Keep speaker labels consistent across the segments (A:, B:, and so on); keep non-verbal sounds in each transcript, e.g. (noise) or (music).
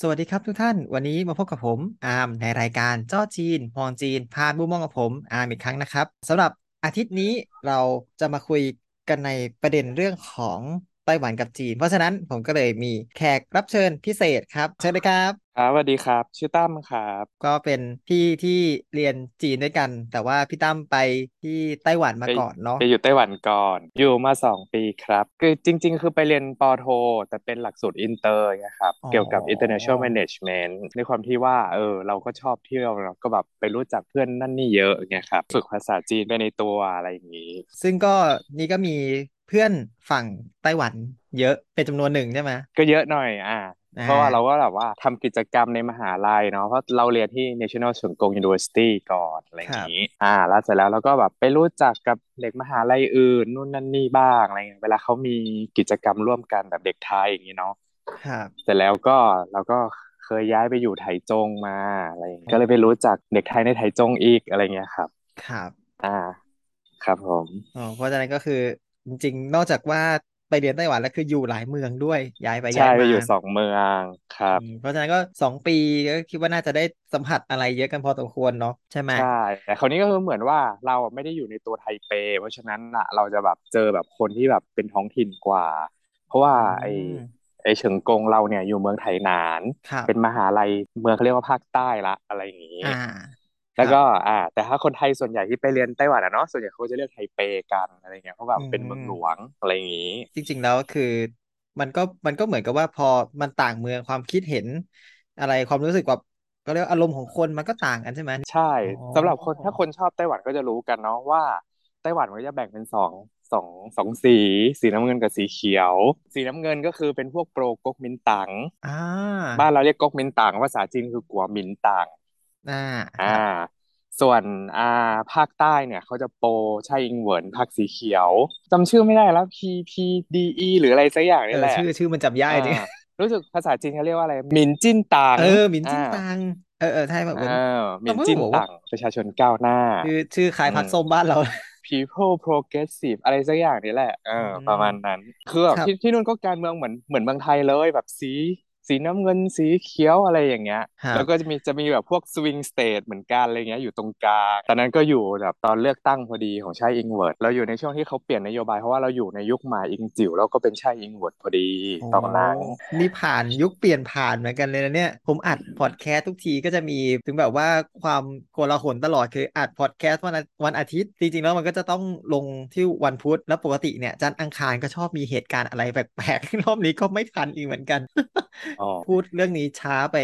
A: สวัสดีครับทุกท่าน วันนี้มาพบกับผมอาร์มในรายการจ้อจีนมองจีน ผ่านมุมมองของผมอาร์มอีกครั้งนะครับสำหรับอาทิตย์นี้เราจะมาคุยกันในประเด็นเรื่องของไต้หวันกับจีน เพราะฉะนั้นผมก็เลยมีแขกรับเชิญพิเศษครับเชิญเลยครับ
B: ครับสวัสดีครับ ชื่อตั้มครับ
A: ก็เป็นพี่ที่เรียนจีนด้วยกัน แต่ว่าพี่ตั้มไปที่ไต้หวันมา
B: ไป
A: ก่อนเนาะ
B: ไปอยู่ไต้หวันก่อน อยู่มาสองปีครับ คือจริง ๆ คือไปเรียนปอโท แต่เป็นหลักสูตรอินเตอร์นะครับ เกี่ยวกับ international management ในความที่ว่า เออ เราก็ชอบเที่ยวเราก็แบบไปรู้จักเพื่อนนั่นนี่เยอะไงครับ ฝึกภาษาจีนไปในตัวอะไรอย่างนี้
A: ซึ่งก็นี่ก็มีเพื่อนฝั่งไต้หวัน เยอะเป็นจำนวนหนึ่งใช่ไหม
B: ก็เยอะหน่อยอ่า
A: อ่า
B: เพราะว่าเราก็แบบว่าทำกิจกรรมในมหาลัยเนาะเพราะเราเรียนที่ National ส e n g กง University ก่อนอะไรอย่างนี้ อ่า แล้วเสร็จแล้วเราก็แบบไปรู้จักกับเด็กมหาลัยอื่นนู่นนั่นนี่บ้างอะไรเงี้ยเวลาเขามีกิจกรรมร่วมกันแบบเด็กไทยอย่างนี้เนาะ
A: ครับ
B: เสร็จแล้วก็เราก็เคยย้ายไปอยู่ไถจงมาอะไรอย่างงี้ก็เลยไปรู้จักเด็กไทยในไถจงอีกอะไรเงี้ยครับ
A: ครับ
B: อ่า ครับผม
A: อ๋อเพราะฉะนั้นก็คือจริงๆ นอกจากว่าไปเรียนไต้หวันแล้วคืออยู่หลายเมืองด้วยย้ายไปย้า
B: ใช่
A: ย
B: ไป
A: มา
B: อยู่สองเมืองครับ
A: อืมเพราะฉะนั้นก็สองปีก็คิดว่าน่าจะได้สัมผัสอะไรเยอะกันพอสมควรเนาะใช่ไหม
B: ใช่ แต่คราวนี้ก็คือเหมือนว่าเราอะไม่ได้อยู่ในตัวไทเป เพราะฉะนั้นอะเราจะแบบเจอแบบคนที่แบบเป็นท้องถิ่นกว่า เพราะว่าไอ
A: อืม
B: ไอเฉิงกงเราเนี่ยอยู่เมืองไถหนาน
A: ครับ
B: เป็นมหาลัยเมืองเขาเรียกว่าภาคใต้ละอะไรอย่างนี้
A: อ่า
B: แล้วก็อ่า แต่ถ้าคนไทยส่วนใหญ่ที่ไปเรียนไต้หวันอะเนาะส่วนใหญ่เขาจะเรียกไทเปกันอะไรเงี้ยเพราะแบบเป็นเมืองหลวงอะไรอย่างนี้
A: จริงๆแล้วคือ มันก็มันก็เหมือนกับว่าพอมันต่างเมืองความคิดเห็น อะไรความรู้สึกแบบก็เรียกว่าอารมณ์ของคนมันก็ต่างกันใช่ไหม
B: ใช่
A: อ๋อ
B: สำหรับคนถ้าคนชอบไต้หวันก็จะรู้กันเนาะว่า ไต้หวันมันก็จะแบ่งเป็นสองสองสองสี สีน้ำเงินกับสีเขียว สีน้ำเงินก็คือเป็นพวกโปรก๊กมินตั๋ง
A: อ่า
B: บ้านเราเรียกก๊กมินตั๋งภาษาจีนคือกัวมินตั๋ง
A: อ่า
B: อ่า ส่วนอ่าภาคใต้เนี่ยเขาจะโปรไช่อิงเหวินภาคสีเขียวจำชื่อไม่ได้แล้ว P P D E หรืออะไรสักอย่าง
A: เอ
B: นี่
A: อ
B: แหละ
A: ชื่อชื่อมันจำยากจริง
B: อ่ารู้สึกภาษาจีนเขาเรียกว่าอะไรหมินจิ้นตั๋ง
A: เออหมินจิ้นตั
B: อ่าง
A: เออเออใช่แบบเหมือน
B: อ่าหมินจิ้นตั๋งประชาชนก้าวหน้า
A: ชื่อชื่อคล้าย
B: อื
A: พรรค
B: ม
A: ส้มบ้านเรา
B: People Progressive อะไรสักอย่างนี่แหละเออ
A: อืม
B: ประมาณนั้น คือแบบ
A: ครับ
B: ที่ที่นู่นก็การเมืองเหมือนเหมือนเมืองไทยเลยแบบสี สีน้ำเงินสีเขียวอะไรอย่างเงี้ย
A: ครั
B: แล้
A: บ
B: วก็จะมีจะมีแบบพวกสวิงสเตทเหมือนกันอะไรเงี้ยอยู่ตรงกลางตอนนั้นก็อยู่แบบตอนเลือกตั้งพอดีของไช่อิงเวิร์ดเราอยู่ในช่วงที่เขาเปลี่ยนนโยบายเพราะว่าเราอยู่ในยุคหมาอิงจิ๋วแล้วก็เป็นไช่อิงเวิร์ดพอดี
A: โอ้
B: ตอนนั้น
A: นี่ผ่านยุคเปลี่ยนผ่านเหมือนกันเลยนะเนี่ย ผมอัดพอดแคสต์ทุกทีก็จะมีถึงแบบว่าความโกลาหลตลอดคืออัดพอดแคสต์วันอาวันอาทิตย์ จริงๆแล้วมันก็จะต้องลงที่วันพุธแล้วปกติเนี่ยจันทร์อังคารก็ชอบมีเหตุการณ์อะไรแปลกๆ (laughs) รอบนี้ก็ไม่ทันอีกเหมือนกัน
B: อ๋อ
A: พูดเรื่องนี้ช้าไป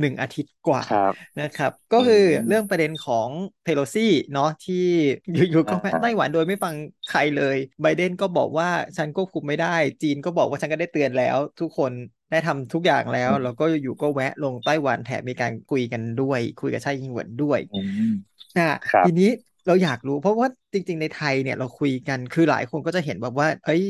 A: หนึ่งอาทิตย์กว่า
B: ครับ
A: นะครับ ก็
B: อื
A: คือ
B: ม
A: เรื่องประเด็นของเพโลซี่เนาะที่อยู่ๆ
B: อ่า
A: ก็แพ้ไต้หวันโดยไม่ฟังใครเลย ไบเดนก็บอกว่าฉันควบคุมไม่ได้ จีนก็บอกว่าฉันก็ได้เตือนแล้ว ทุกคนได้ทำทุกอย่างแล้ว แล้วก็อยู่ๆก็แวะลงไต้หวันแถมมีการคุยกันด้วย คุยกับไช่อิงเหวินด้วย
B: อืม
A: อ่ะ
B: ครับ
A: ทีนี้เราอยากรู้เพราะว่าจริง ๆ ในไทยเนี่ยเราคุยกันคือหลายคนก็จะเห็นแบบว่า เอ้ย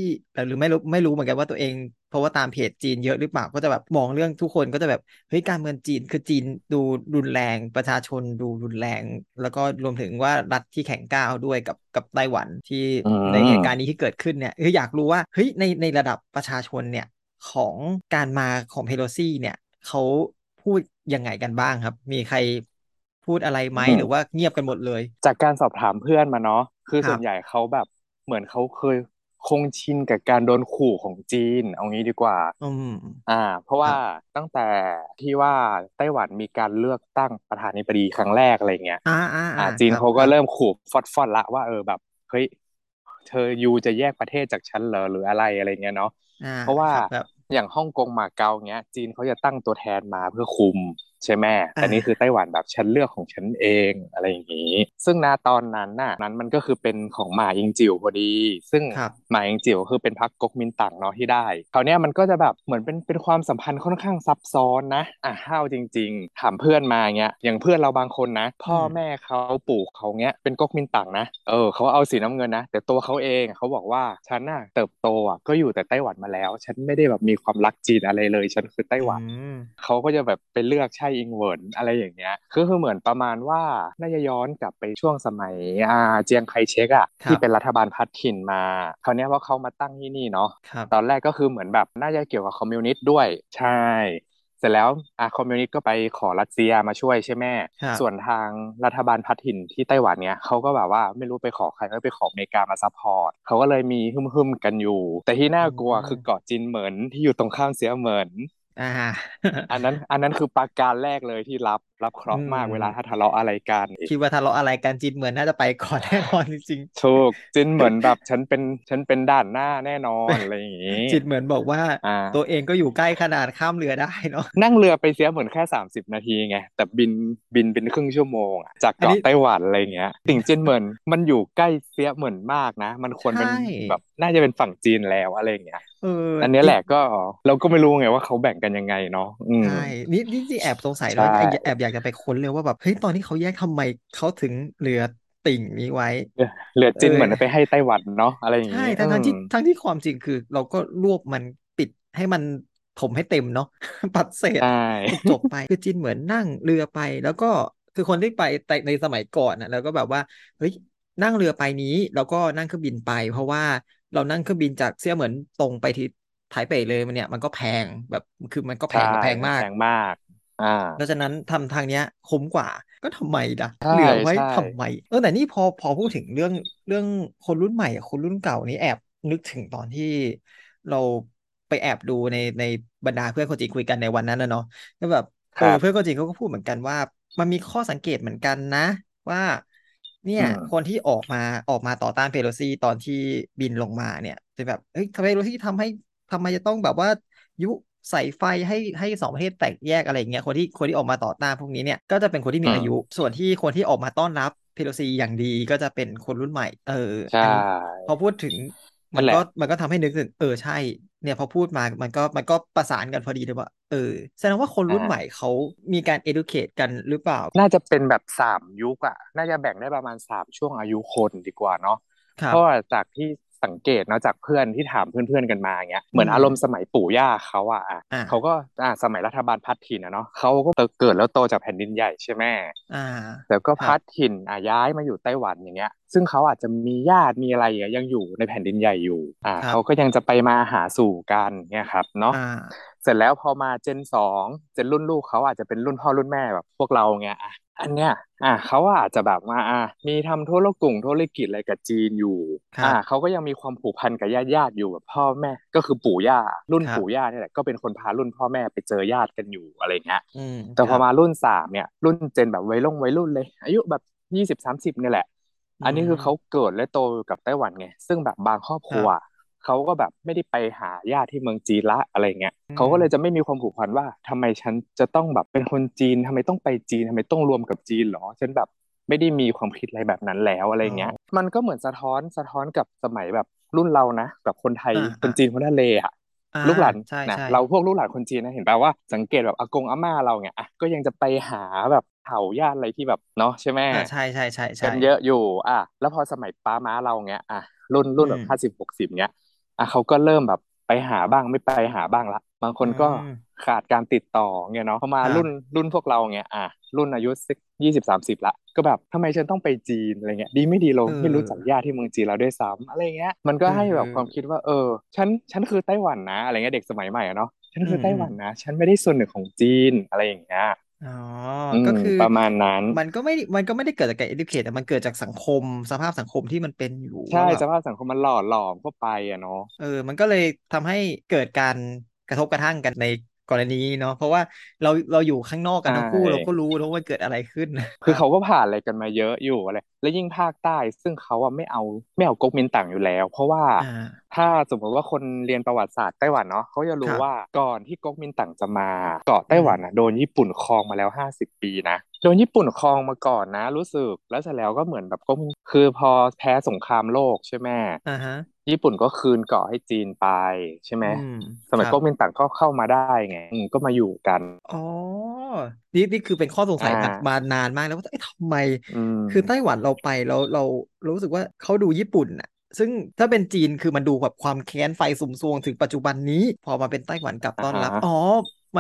A: หรือไม่รู้ไม่รู้เหมือนกันว่าตัวเอง เพราะว่าตามเพจจีนเยอะหรือเปล่าก็จะแบบมองเรื่องทุกคนก็จะแบบเฮ้ยการเมืองจีนคือจีนดูรุนแรงประชาชนดูรุนแรง แล้วก็รวมถึงว่ารัฐที่แข็งก้าวด้วยกับกับไต้หวันที่
B: อื
A: ในเหตุ
B: ม
A: การณ์นี้ที่เกิดขึ้นเนี่ยคืออยากรู้ว่าเฮ้ยในในระดับประชาชนเนี่ยของการมาของเพโลซี่เนี่ยเขาพูดยังไงกันบ้างครับ มีใครพูดอะไรไหมหรือว่าเงียบกันหมดเลย
B: จากการสอบถามเพื่อนมาเนาะคือ
A: ครั
B: ส่ว
A: บ
B: นใหญ่เขาแบบเหมือนเขาเคยคงชินกับการโดนขู่ของจีน เอางี้ดีกว่า
A: อืม
B: อ่า เพราะ
A: ครั
B: ว่า
A: บ
B: ตั้งแต่ที่ว่าไต้หวันมีการเลือกตั้งประธานาธิบดีครั้งแรกอะไรเงี้ย
A: อ่าอ่า
B: อ่า
A: อ่า
B: จี
A: คน รับ
B: เขา
A: ค
B: ก็
A: รับ
B: เริ่มขู่ฟอดฟอดละว่าเออแบบเฮ้ยเธอยูจะแยกประเทศจากฉันเหรอหรืออะไรอะไรเงี้ยเนาะ
A: อ่า
B: เพราะว่า
A: ครับครับ
B: อย่างฮ่องกงมาเก๊าเงี้ย จีนเขาจะตั้งตัวแทนมาเพื่อคุม ใช่ไหมแต่
A: อ่า
B: นี่คือไต้หวันแบบฉันเลือกของฉันเองอะไรอย่างนี้ ซึ่งณตอนนั้นน่ะนั้นมันก็คือเป็นของหมาอิงจิ๋วพอดี ซึ่ง
A: ครับ
B: หมาอิงจิ๋วคือเป็นพรรคก๊กมินตั๋งเนาะที่ได้คราวเนี้ยมันก็จะแบบเหมือนเป็นเป็นความสัมพันธ์ค่อนข้างซับซ้อนนะอ่ะห้าวจริง ๆ ถามเพื่อนมาเงี้ยอย่างเพื่อนเราบางคนนะ
A: อื
B: พ่อ
A: ม
B: แม่เขาปู่เขาเงี้ยเป็นก๊กมินตั๋งนะเออเขาเอาสีน้ำเงินนะแต่ตัวเขาเองเขาบอกว่าฉันน่ะเติบโตอ่ะก็อยู่แต่ไต้หวันมาแล้ว ฉันไม่ได้แบบมีความรักจีนอะไรเลย ฉันคือไต้
A: อื
B: หวัน
A: ม
B: เขาก็จะแบบไปเลือกใช่อิงเวิร์นอะไรอย่างเงี้ยคือคือเหมือนประมาณว่าน่าจะย้อนกลับไปช่วงสมัยอ่าเจียงไคเชกอ่ะ
A: ค
B: ที่
A: รับ
B: เป็นรัฐบาลพรรคถิ่นมาคราวเนี้ยเพราะเขามาตั้งที่นี่เนาะ
A: ครับ
B: ตอนแรกก็คือเหมือนแบบน่าจะเกี่ยวกับคอมมิวนิสต์ด้วยใช่ เสร็จแล้วอาคอมมิวนิสต์ก็ไปขอรัสเซียมาช่วยใช่ไหม
A: ครับ
B: ส่วนทางรัฐบาลพัดถิ่นที่ไต้หวันเนี่ยเขาก็แบบว่าไม่รู้ไปขอใครก็ไปขออเมริกามาซัพพอร์ตเขาก็เลยมีฮึมๆกันอยู่ แต่ที่น่ากลัว
A: อืม
B: คือเกาะจีนเหมินที่อยู่ตรงข้ามเสียเหมิน
A: อ่า
B: อัน
A: (laughs)
B: นั้นอันนั้นคือปราการแรกเลยที่รับรับเคราะห์มาก
A: อืม
B: เวลาถ้าทะเลาะอะไรกัน
A: (laughs) คิดว่าทะเลาะอะไรกันจีนเหมือนน่าจะไปก่อนแน่นอนจริง
B: ถูกจินเหมือนแบบฉันเป็นฉันเป็นด่านหน้าแน่นอนอะไรอย่างนี้
A: ๆจีนเหมือนบอกว่า
B: อ่า
A: ตัวเองก็อยู่ใกล้ขนาดข้ามเรือได้เนาะ
B: นั่งเรือไปเสียเหมือนแค่ 30 นาทีไง แต่บินบินเป็นครึ่งชั่วโมงอะจาก
A: อัน
B: เกาะ
A: นี้
B: ไต้หวันอะไรเงี้ยติ่งเจียนเหมินมันอยู่ใกล้เสียเหมือนมากนะ มันควรเป็น
A: ใช่
B: แบบน่าจะเป็นฝั่งจีนแล้วอะไรเงี้ย
A: เออ
B: อันเนี้ยแหละก็เราก็ไม่รู้ไงว่าเขาแบ่งกันยังไงเนาะอืม
A: ใช่นี่นี่นี่แอบสงสัย
B: ใช่
A: แล้วแอบอยากจะไปค้นเลยว่าแบบเฮ้ยตอนที่เขาแยกทำไมเขาถึงเหลือติ่งนี้ไว้
B: เหลือจีน
A: เออ
B: เหมือนไปให้ไต้หวันเนาะอะไรอย่าง
A: ใช่
B: งี้
A: ทั้งทั้งที่
B: อืม
A: ทั้งที่ความจริงคือ เราก็รวบมันปิดให้มันถมให้เต็มเนาะ (laughs) ปัดเศษ
B: ใช่
A: จบๆไปคือจีนเหมือนนั่งเรือไป แล้วก็คือคนที่ไปแต่ในสมัยก่อนนะแล้วก็แบบว่าเฮ้ยนั่งเรือไปนี้ แล้วก็นั่งเครื่องบินไป เพราะว่าเรานั่งเครื่องบินจากเซี่ยเหมินตรงไปที่ไทเปเลยมันเนี่ยมันก็แพงแบบคือมันก็แพง
B: ใช่
A: มันแพง
B: มัน
A: มา
B: แพ
A: ก
B: งมาก อ่า
A: เพราะฉะนั้นทำทางเนี้ยคุ้มกว่าก็ทำไมล่ะ
B: ใช่
A: เหลือไว้
B: ใช่
A: ทำไมเออแต่นี่พอพอพูดถึงเรื่องเรื่องคนรุ่นใหม่กับคนรุ่นเก่านี้แอบนึกถึงตอนที่เราไปแอบดูในในบรรดาเพื่อนคนจีนคุยกันในวันนั้นนะเนาะก็แบบ
B: ค
A: เออ
B: รับ
A: เพื่อนคนจีนเขาก็พูดเหมือนกันว่า มันมีข้อสังเกตเหมือนกันนะ ว่า เนี่ย
B: อืม
A: คนที่ออกมาออกมาต่อต้านเปโลซี่ตอนที่บินลงมาเนี่ยจะแบบเฮ้ยทำไมเปโลซี่ทำให้ทำไมจะต้องแบบว่า ยุใส่ไฟให้ให้สองประเทศแตกแยกอะไรอย่างเงี้ยคนที่คนที่ออกมาต่อต้านพวกนี้เนี่ยก็จะเป็นคนที่
B: อื
A: มี
B: ม
A: อายุ ส่วนที่คนที่ออกมาต้อนรับเพโลซีอย่างดีก็จะเป็นคนรุ่นใหม่ เออ
B: ใช่
A: อันนี้พอพูดถึงมั
B: นั่
A: น
B: นแห
A: ก็
B: ละ
A: มันก็ทำให้นึกถึงเออใช่ เนี่ยพอพูดมามันก็มันก็ประสานกันพอดีเลยว่าเออแสดงว่าคน
B: อ่า
A: รุ่นใหม่เขามีการ educate กันหรือเปล่า
B: น่าจะเป็นแบบสามยุคอะน่าจะแบ่งได้ประมาณสามช่วงอายุคนดีกว่าเนาะ
A: ครับ
B: เพราะว่าจากที่สังเกตเนาะจากเพื่อนที่ถามเพื่อนๆกันมาเงี้ย เหมือน
A: อืม
B: อารมณ์สมัยปู่ย่าเขาอะอ่ะ
A: อ่า
B: เขาก็อ่ะสมัยรัฐบาลพัดถิ่นอะเนาะเขาก็เกิดแล้วโตจากแผ่นดินใหญ่ใช่ไหม
A: อ่า
B: แล้วก็
A: ครั
B: พั
A: บ
B: ดถิ่นอ่ะย้ายมาอยู่ไต้หวันอย่างเงี้ย ซึ่งเขาอาจจะมีญาติมีอะไรอย่างเงี้ยยังอยู่ในแผ่นดินใหญ่อยู่ อ่า
A: ครับ
B: เขาก็ยังจะไปมาหาสู่กันเนี่ยครับเนาะ
A: อ่า
B: เสร็จแล้วพอมาเจนสองเจนรุ่นลูกเขาอาจจะเป็นรุ่นพ่อรุ่นแม่แบบพวกเราเงี้ยอ่ะอันเนี้ยอ่ะเขาอาจจะแบบมาอ่ะมีทำธุรกุ่งธุรกิจอะไรกับจีนอยู่
A: ครั
B: อ่ะ
A: บ
B: เขาก็ยังมีความผูกพันกับญาติญาติอยู่แบบพ่อแม่ ก็คือปู่ย่ารุ่น
A: ครับ
B: ปู่ย่าเนี่ยแหละก็เป็นคนพารุ่นพ่อแม่ไปเจอญาติกันอยู่อะไรเงี้ย
A: อืม
B: แต่
A: ค
B: พ
A: รั
B: อบ มารุ่นสามเนี่ยรุ่นเจนแบบวัยรุ่นวัยรุ่นเลย อายุแบบยี่สิบสามสิบเนี่ยแหละ
A: อื
B: อันนี้
A: ม
B: คือเขาเกิดและโตอยู่กับไต้หวันไง ซึ่งแบบบางครอบ
A: ค
B: ค
A: รั
B: รัว
A: บ
B: เขาก็แบบไม่ได้ไปหาญาติที่เมืองจีนละอะไรเงี้ย
A: อื
B: เขา
A: ม
B: ก็เลยจะไม่มีความผูกพันว่าทำไมฉันจะต้องแบบเป็นคนจีนทำไมต้องไปจีนทำไมต้องรวมกับจีนหรอ ฉันแบบไม่ได้มีความคิดอะไรแบบนั้นแล้วอะไร
A: อ๋อ
B: เงี้ย มันก็เหมือนสะท้อนสะท้อนกับสมัยแบบรุ่นเรานะแบบคนไทย
A: อ่า
B: ค
A: อ่าน
B: จีนคนทะเลอะ
A: อ่า
B: ลูกหลาน
A: ใช่
B: นะ
A: ใช่
B: เราพวกลูกหลานคนจีนนะเห็นป่าวว่าสังเกตแบบอากงอาม่าเราเนี่ยอ่ะก็ยังจะไปหาแบบเผ่าญาติอะไรที่แบบเนาะใช่ไหม
A: อ่าใช่ใช่ใช่
B: กั
A: ใช่
B: นเยอะอยู่ อ่ะแล้วพอสมัยป้าม้าเราเนี่ยอ่ะรุ่น
A: อื
B: รุ่นแบ
A: ม
B: บห้าสิบหกสิบเนี่ยอ่ะเขาก็เริ่มแบบไปหาบ้างไม่ไปหาบ้างละบางค
A: อื
B: นก็
A: ม
B: ขาดการติดต่อเงี้ยเนาะพอมา
A: ครับ
B: รุ่นรุ่นพวกเราเนี่ยอ่ะรุ่นอายุสักยี่สิบสามสิบละก็แบบทำไมฉันต้องไปจีนอะไรเงี้ยดีไม่ดีเรา
A: เออ
B: ไม่รู้จักญาติที่เมืองจีนเราด้วยซ้ำอะไรเงี้ยมันก็
A: เออ
B: ให้แบ
A: เออบ
B: ความคิดว่า เออ ฉันฉันคือไต้หวันนะ อะไรเงี้ยเด็กสมัยใหม่อะเนาะฉัน
A: อื
B: คื
A: ม
B: อไต้
A: อื
B: ห
A: ม
B: วันนะ ฉันไม่ได้ส่วนหนึ่งของจีนอะไรอย่างเงี้ย
A: อ๋อ
B: อื
A: ก็
B: ม
A: คือ
B: ประมาณนั้น
A: มันก็ไม่ มันก็ไม่ได้เกิดจากการ educate แต่มันเกิดจากสังคม สภาพสังคมที่มันเป็นอยู่ว่า
B: ใช่
A: แบบ
B: สภาพสังคมมันหล่อหลอมเข้าไปอะเนาะ
A: เออ มันก็เลยทำให้เกิดการกระทบกระทั่งกันในกรณีนี้เนาะ เพราะว่าเราเราอยู่ข้างนอกกั
B: ใช่
A: นทั้งคู่เราก็รู้นะว่ามันเกิดอะไรขึ้น ค
B: คือ
A: รับ
B: เขาก็ผ่านอะไรกันมาเยอะอยู่อะไร แล้วยิ่งภาคใต้ ซึ่งเขาอะไม่เอาไม่เอาก๊กมินตั๋งอยู่แล้ว เพราะว่า
A: อ่า
B: ถ้าสมมติว่าคนเรียนประวัติศาสตร์ไต้หวันเนาะเขาจะ
A: ค
B: รู้
A: รับ
B: ว่าก่อนที่ก๊กมินตั๋งจะมา เกาะ
A: อื
B: ไต้
A: ม
B: หวันอะโดนญี่ปุ่นครองมาแล้วห้าสิบปีนะโดนญี่ปุ่นครองมาก่อนนะ รู้สึกแล้วเสร็จแล้วก็เหมือนแบบก๊กมินคือพอแพ้สงครามโลกใช่ไหม
A: อ่าฮะ
B: ญี่ปุ่นก็คืนเกาะให้จีนไปใช่ไหม
A: อืม
B: ส
A: ค
B: มัย
A: รับ
B: ก๊กมินตั๋งก็เข้ามาได้ไงอืมก็มาอยู่กัน
A: อ๋อ นี่นี่คือเป็นข้อสงสั
B: อ่า
A: ยมามานานมากแล้วว่าเอ๊ะทำไม
B: อืม
A: คือไต้หวันเราไปเราเราเรารู้สึกว่าเขาดูญี่ปุ่นน่ะ ซึ่งถ้าเป็นจีนคือมันดูแบบความแค้นไฟสุมทรวงถึงปัจจุบันนี้ พอมาเป็นไต้หวันกลับ
B: อ่า
A: ต้อน
B: ฮะ
A: รับ อ๋อ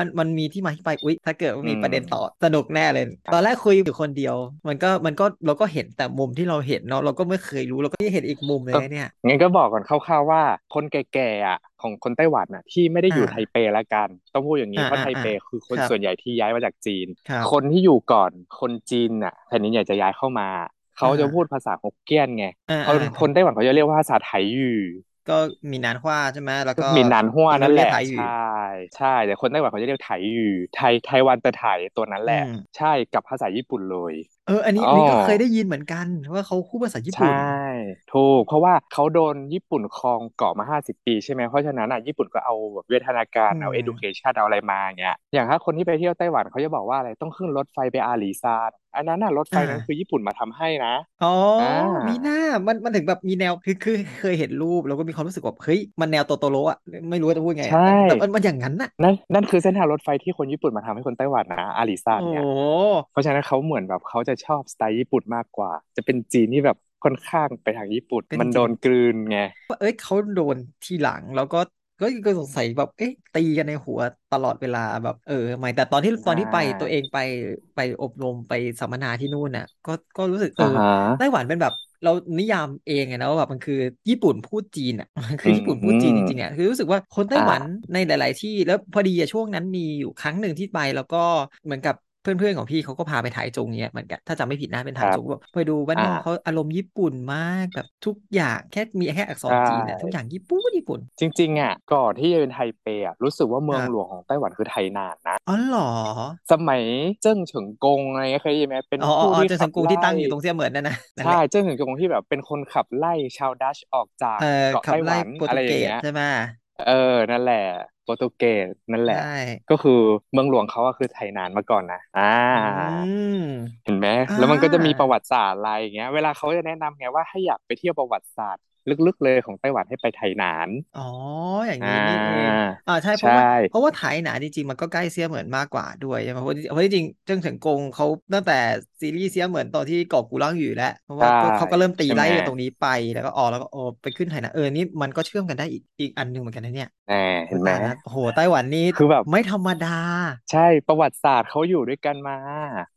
A: มันมันมีที่มาที่ไปอุ๊ย ถ้าเกิดว่ามี
B: อืม
A: ประเด็นต่อสนุกแน่เลย ตอนแรกคุยอยู่คนเดียว มันก็มันก็เราก็เห็นแต่มุมที่เราเห็นเนาะเราก็ไม่เคยรู้เราก็ได้เห็นอีกมุมเลยนะเนี่ย
B: งั้นก็บอกก่อนคร่าวๆว่าคนแก่ๆอ่ะของคนไต้หวันน่ะที่ไม่ได้อยู่
A: อ่า
B: ไทเปละกัน ต้องพูดอย่างนี้
A: อ่า
B: เพราะไทเป
A: อ่า
B: คือคน
A: ครับ
B: ส่วนใหญ่ที่ย้ายมาจากจีน
A: ครับ
B: คนที่อยู่ก่อนคนจีนน่ะแผ่นดินใหญ่จะย้ายเข้ามา เขา
A: อ่า
B: จะพูดภาษาฮกเกี้ยนไง
A: อ่า
B: เขา
A: อ่า
B: คนไต้หวันเขาจะเรียกว่าภาษาไถหยู่
A: ก็มีนานว่าใช่ไหมแล้วก็
B: มีนานหัว
A: เรา
B: นั่น
A: เรี
B: แห
A: ยก
B: ละ
A: ไทยอยู่
B: ใช่ใช่แต่คนไต้หวันเขาจะเรียกไถหยู่ไทยไทยวันแต่ไถตัวนั้นแหละ
A: อืม
B: ใช่กับภาษาญี่ปุ่นเลย
A: เอออันนี้
B: อ๋อ
A: อัน
B: อั
A: นี้ก็เคยได้ยินเหมือนกันว่าเขาพูดภาษาญี่
B: ใช่
A: ปุ่น
B: ถูก เพราะว่าเขาโดนญี่ปุ่นครองเกาะมาห้าสิบปีใช่ไหมเพราะฉะนั้นอ่ะญี่ปุ่นก็เอาแบบวิวัฒนาการ
A: อื
B: เอา
A: ม
B: education เอาอะไรมาอย่างเงี้ยอย่างถ้าคนที่ไปเที่ยวไต้หวันเขาจะบอกว่าอะไรต้องขึ้นรถไฟไปอาหลีซานอันนั้นน่ะรถไฟ
A: อ่า
B: นั้นคือญี่ปุ่นมาทำให้นะ
A: อ๋อ
B: อ่า
A: มีหน้า มัน มันถึงแบบมีแนว คือ คือ เคยเห็นรูป แล้วก็มีความรู้สึกแบบ เฮ้ย มันแนวโตโตโรอะไม่รู้ว่าจะพูดไง
B: ใช่
A: อะแต่แต่มันมันอย่างนั้นน่ะ
B: นั่นนั่นคือเส้นทางรถไฟที่คนญี่ปุ่นมาทำให้คนไต้หวันนะอาหลีซาน
A: โอ้
B: เนี่ย เพราะฉะนั้นเขาเหมือนแบบเขาจะชอบสไตล์ญี่ปุ่นมากกว่า จะเป็นจีนที่แบบค่อนข้างไปทางญี่ปุ่น
A: เป็น
B: มัน
A: จี
B: โด
A: น
B: นกลืนไง
A: ว่าเอ้ยเขาโดนทีหลัง แล้วก็ ก็ก็สงสัยแบบ เอ้ยตีกันในหัวตลอดเวลาแบบ เออทำไมแต่ตอนที่ ตอ
B: อ่าน
A: ที่ไป ตัวเองไป ไปอบรม ไปสัมมนาที่นู่นน่ะ ก็ ก็รู้สึก เอ
B: อ่า
A: อ
B: ฮะ
A: ไต้หวันเป็นแบบ เรานิยามเองไงนะว่าแบบมันคือญี่ปุ่นพูดจีนอ่ะ (laughs) มัน
B: อื
A: คือญี่ปุ่นพูดจีนจ
B: ม
A: ริงๆอ่ะคือรู้สึกว่าคนไต้
B: อ่า
A: หวันในหลาย ๆ ที่แล้วพอดีอะช่วงนั้นมีอยู่ครั้งหนึ่งที่ไป แล้วก็เหมือนกับเพื่อน ๆ ของพี่เขาก็พาไปถ่ายจงเนี้ยเหมือนกันถ้าจำไม่ผิดน่าเป็น
B: ค
A: ถ่าย
B: รั
A: จ
B: บ
A: งบอกไปดูบ้านน
B: อ่า
A: อกเขาอารมณ์ญี่ปุ่นมากแบบทุกอย่างแค่มีแค่อักษร
B: ใช่
A: จีนอ่ะทุกอย่างญี่ปุ่นญี่ปุ่น
B: จริงๆอ่ะก่อนที่จะเป็นไทเปอ่ะรู้สึกว่าเมื
A: อ่ะ
B: องหลวงของไต้หวันคือไทนานนะ
A: อ๋อเหรอ
B: สมัยเจิ้งเฉิงกงอะไรเงี้ยเคยได้ยินไหมเป็น
A: อ๋ออ๋ออ๋
B: ผู้
A: อ
B: ที่
A: เจอ
B: ขั
A: สั
B: บ
A: งกูที่
B: ไล่
A: ตั้งอยู่ตรงเสี่ยเหมือนนั่นนะนั่นแห
B: ใช่
A: ละ
B: เจิ้งเฉิงกงที่แบบเป็นคนขับไล่ชาวดัชออกจา
A: เอก อ
B: เกาะ
A: ขับ
B: ไต้ห
A: ไล่
B: วัน
A: โปร
B: อะ
A: ตุ
B: ไรอ
A: เกส
B: ย่างเงี้ย
A: ใช่ไหม
B: เออ นั่นแหละโปรตุเกสนั่นแห
A: ใช่
B: ละ ก็คือเมืองหลวงเขาอะคือไทนานมาก่อนนะอ่า
A: อืม
B: เห็นไหม
A: อ่า
B: แล้วมันก็จะมีประวัติศาสตร์อะไรอย่างเงี้ย เวลาเขาจะแนะนำไงว่าให้อยากไปเที่ยวประวัติศาสตร์ ลึกๆเลยของไต้หวันให้ไปไทหนาน
A: อ๋ออย่างนี้
B: อ่า
A: นี่เองอ่าใช่เพ
B: ใช
A: ราะว่
B: ่
A: าเพราะว่าไถหนาจริงๆมันก็ใกล้เสียเหมือนมากกว่าด้วยใช่ไหมเพราะเพราะจริงๆเจิ้งเฉิงกงเขาตั้งแต่ซีรีส์เสียเหมือนตอนที่เกาะกูล่างอยู่แล้ว เพราะ
B: ใช่
A: ว่าก็เขาก็เริ่มตี
B: ใช่
A: ไล่
B: ไหม
A: ตรงนี้ไปแล้วก็ออแล้วก็โออไปขึ้นไถหนาเออนี่มันก็เชื่อมกันได้อีกอีกอันหนึ่งเหมือนกันนะเนี่ย
B: แหม
A: โอ้
B: เห็นไหม
A: ตายแล้วโอ้โหไต้หวันนี่
B: คือแบบ
A: ไม่ธรรมดา
B: ใช่ประวัติศาสตร์เขาอยู่ด้วยกันมา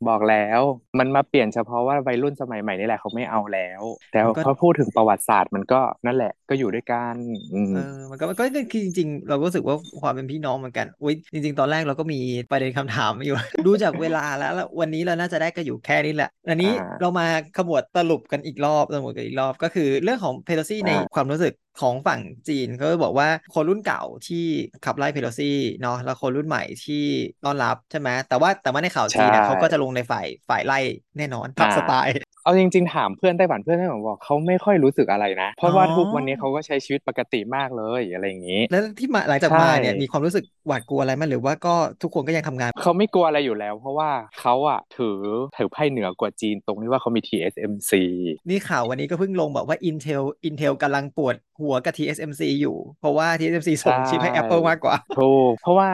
B: บอกแล้ว มันมาเปลี่ยนเฉพาะว่าวัยรุ่นสมัยใหม่นี่แหละเขาไม่เอาแล้ว แต่
A: มันก็
B: พอพูดถึงประวัติศาสตร์มันก็นั่นแหละก็อยู่ด้วยกัน อืม
A: เออ มันก็มันก็ก็คือจริงๆ เราก็รู้สึกว่าความเป็นพี่น้องเหมือนกัน อุ้ยจริง ๆ ตอนแรกเราก็มีประเด็นคำถามอยู่ (laughs) ดูจากเวลาแล้วแล้ว วันนี้เราน่าจะได้ก็อยู่แค่นี้แหละ อันนี้
B: อ่า
A: เรามาขมวดสรุปกันอีกรอบสรุปกันอีกรอบ ก็คือเรื่องของเพโลซี่ใน
B: อ่า
A: ความรู้สึกของฝั่งจีนก็บอกว่าคนรุ่นเก่าที่ขับไล่เพโลซี่เนาะ แล้วคนรุ่นใหม่ที่ต้อนรับใช่ไหมแต่ว่าแต่ว่าในข่าว
B: ใช่
A: จีนนะเขาก็จะลงในฝ่ายฝ่ายไล่แน่นอนตา
B: อ่า
A: มสไตล์
B: เอาจริงๆถามเพื่อนไต้หวันเพื่อนไต้หวันบอกเขาไม่ค่อยรู้สึกอะไรนะ เพ
A: อ๋อ
B: ราะว่าทุกวันนี้เขาก็ใช้ชีวิตปกติมากเลยอะไรอย่างนี้
A: แล้วที่มาหลังจาก
B: ใช่
A: มาเนี่ยมีความรู้สึกหวาดกลัวอะไรไหมหรือว่าก็ทุกคนก็ยังทำงาน
B: เขาไม่กลัวอะไรอยู่แล้ว เพราะว่าเขาอะถือถือไพ่เหนือกว่าจีนตรงที่ว่าเขามี TSMC
A: นี่ข่าววันนี้ก็เพิ่งลงบอกว่า Intel Intel กำลังปวดหัวกับ TSMC อยู่ เพราะว่า TSMC
B: ใช่
A: ส่งชิปให้ Apple มากกว่า
B: ถูกเพราะว่า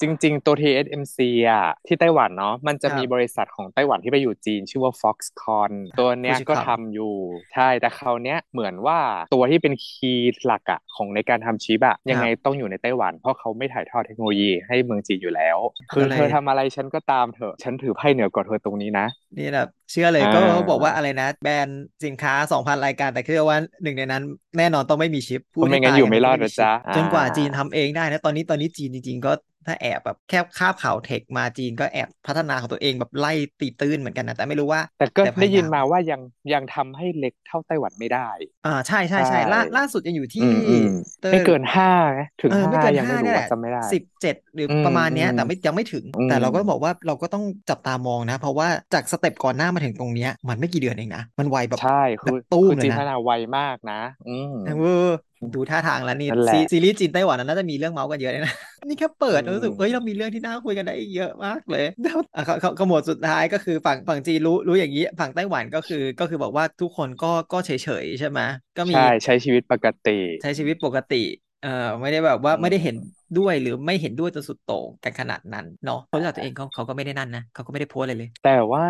B: จริง ๆ ตัว TSMC อ่ะที่ไต้หวันเนาะมัน
A: ค
B: จะ
A: รั
B: มี
A: บบ
B: ริษัทของไต้หวันที่ไปอยู่จีน ชื่อว่า Foxconn ตัว
A: คุ
B: เนี้ย
A: ชิ
B: ก็
A: คัง
B: ทำอยู่ใช่แต่คราวเนี้ยเหมือนว่าตัวที่เป็นคีย์หลักอ่ะของในการทำชิปอ่ะ
A: ค
B: ยัง
A: รั
B: ไง
A: บ
B: ต้องอยู่ในไต้หวัน เพราะเขาไม่ถ่ายทอดเทคโนโลยีให้เมืองจีนอยู่แล้ว คื
A: ก็
B: อ
A: เล
B: เธ
A: ย
B: อทำอะไรฉันก็ตามเถอะฉันถือไพ่เหนือกว่าเธอตรงนี้นะ
A: นี่แบบเชื่อเลย
B: อ่า
A: ก็เขาบอกว่าอะไรนะ แบรนด์สินค้า 2,000 รายการ แต่เชื่อว่าหนึ่งในนั้น แน่นอนต้องไม่มีชิป พู
B: เพ
A: ดให้
B: ราะไม่งั้
A: ตาน ย
B: อยู่
A: ยังไง
B: ไม่
A: ก็
B: รอ
A: ไม่
B: ด
A: มี
B: นะ
A: ชิป
B: จ๊ะ
A: จ
B: อ่า
A: นกว่าจีนทำเองได้นะ ตอนนี้ตอนนี้จีนจริงๆ ก็ถ้าแอบแบบแค่คาบข่าวเทคมาจีนก็แอบพัฒนาของตัวเองแบบไล่ตีตื้นเหมือนกันนะแต่ไม่รู้ว่า
B: แต่ก็
A: แต่พ
B: ได้
A: ยา
B: ยิ
A: ยาน ม
B: มาว่ายังยังทำให้เล็กเท่าไต้หวันไม่ได้
A: อ่าใช่ใช่
B: ใช่
A: ใช่ล่าล่าสุดยังอยู่ที่
B: อืมอืม
A: เตอ
B: ไม่
A: ร์
B: เกินห้าไหมถึ
A: เอง อ
B: ห้า
A: ไม่เกิน
B: ยัง
A: ห้า
B: ไม่รู้
A: เนี่ยแห
B: ว่า
A: ละ
B: จำไม่ได้
A: สิบเจ็ดหรือ
B: อื
A: ป
B: ม
A: ระมาณ
B: อื
A: เนี้ย
B: ม
A: แต่ไม่ยังไม่ถึง
B: อื
A: แต่
B: ม
A: เราก็บอกว่าเราก็ต้องจับตามองนะ เพราะว่าจากสเต็ปก่อนหน้ามาถึงตรงเนี้ย มันไม่กี่เดือนเองนะ มันไวแบบ
B: ใช่
A: แบ
B: คื
A: บ
B: อ
A: ตู้
B: คื
A: ม
B: อ
A: เลย
B: จีน
A: นะ
B: พัฒนาไวมากนะ อืม
A: เออดูท่าทางแล้วนี่
B: นั่นแห
A: ซี
B: ละ
A: ซีรีส์จีนไต้หวันน่ะน่าจะมีเรื่องเมาส์กันเยอะเลยนะ (laughs) นี่แค่เปิ
B: อื
A: ดรู้สึก
B: ม
A: เอ้ยเรามีเรื่องที่น่าคุยกันได้อีกเยอะมากเลย (laughs) แล้วอ่ะเขาเขาเขาหมวดสุดท้ายก็คือฝั่งฝั่งจีนรู้รู้อย่างนี้ฝั่งไต้หวันก็คือก็คือบอกว่าทุกคนก็ก็เฉยเฉยใช่ไหมก็มี
B: ใช่ใช้ชีวิตปกติ
A: ใช้ชีวิตปกติ เอ่อ ไม่ได้แบบว่า
B: อื
A: ไม่ได้
B: ม
A: เห็นด้วยหรือไม่เห็นด้วยจนสุดโต่งกันขนาดนั้นเนาะเพราะจากตัวเองเขาเขาก็ไม่ได้นั่นนะเขาก็ไม่ได้โพสต์อะไรเลย
B: แต่ว่า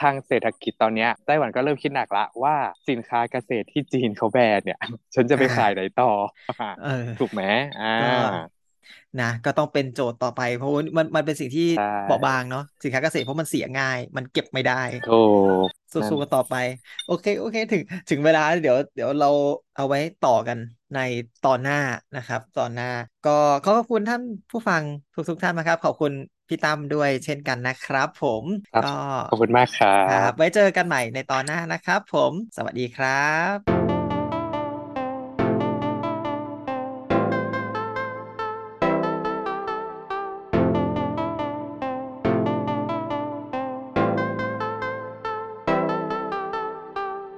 B: ทางเศรษฐกิจตอนเนี้ยไต้หวันก็เริ่มคิดหนักละว่าสินค้าเกษตรที่จีนเขาแบนเนี่ย (laughs) ฉันจะ (laughs)
A: อ่า
B: ไปขายไหนต่อ
A: เออ
B: ถูกไหมอ่า
A: ก็ นะก็ต้องเป็นโจทย์ต่อไป เพราะว่ามันมันเป็นสิ่งที่
B: ใช่
A: เบาบางเนาะสินค้าเกษตรเพราะมันเสียง่าย มันเก็บไม่ได้
B: ถูกนั่น
A: สู้ๆกันต่อไป โอเค โอเค ถึงถึงเวลาเดี๋ยว เดี๋ยวเราเอาไว้ต่อกันในตอนหน้านะครับ ตอนหน้า ก็ขอขอบคุณท่านผู้ฟังทุกทุกท่านนะครับ ขอบคุณพี่ตั้มด้วยเช่นกันนะครับ ผมก็
B: ขอบคุณมากครั
A: ครับ บไว้เจอกันใหม่ในตอนหน้านะครับ ผม สวัสดีครับ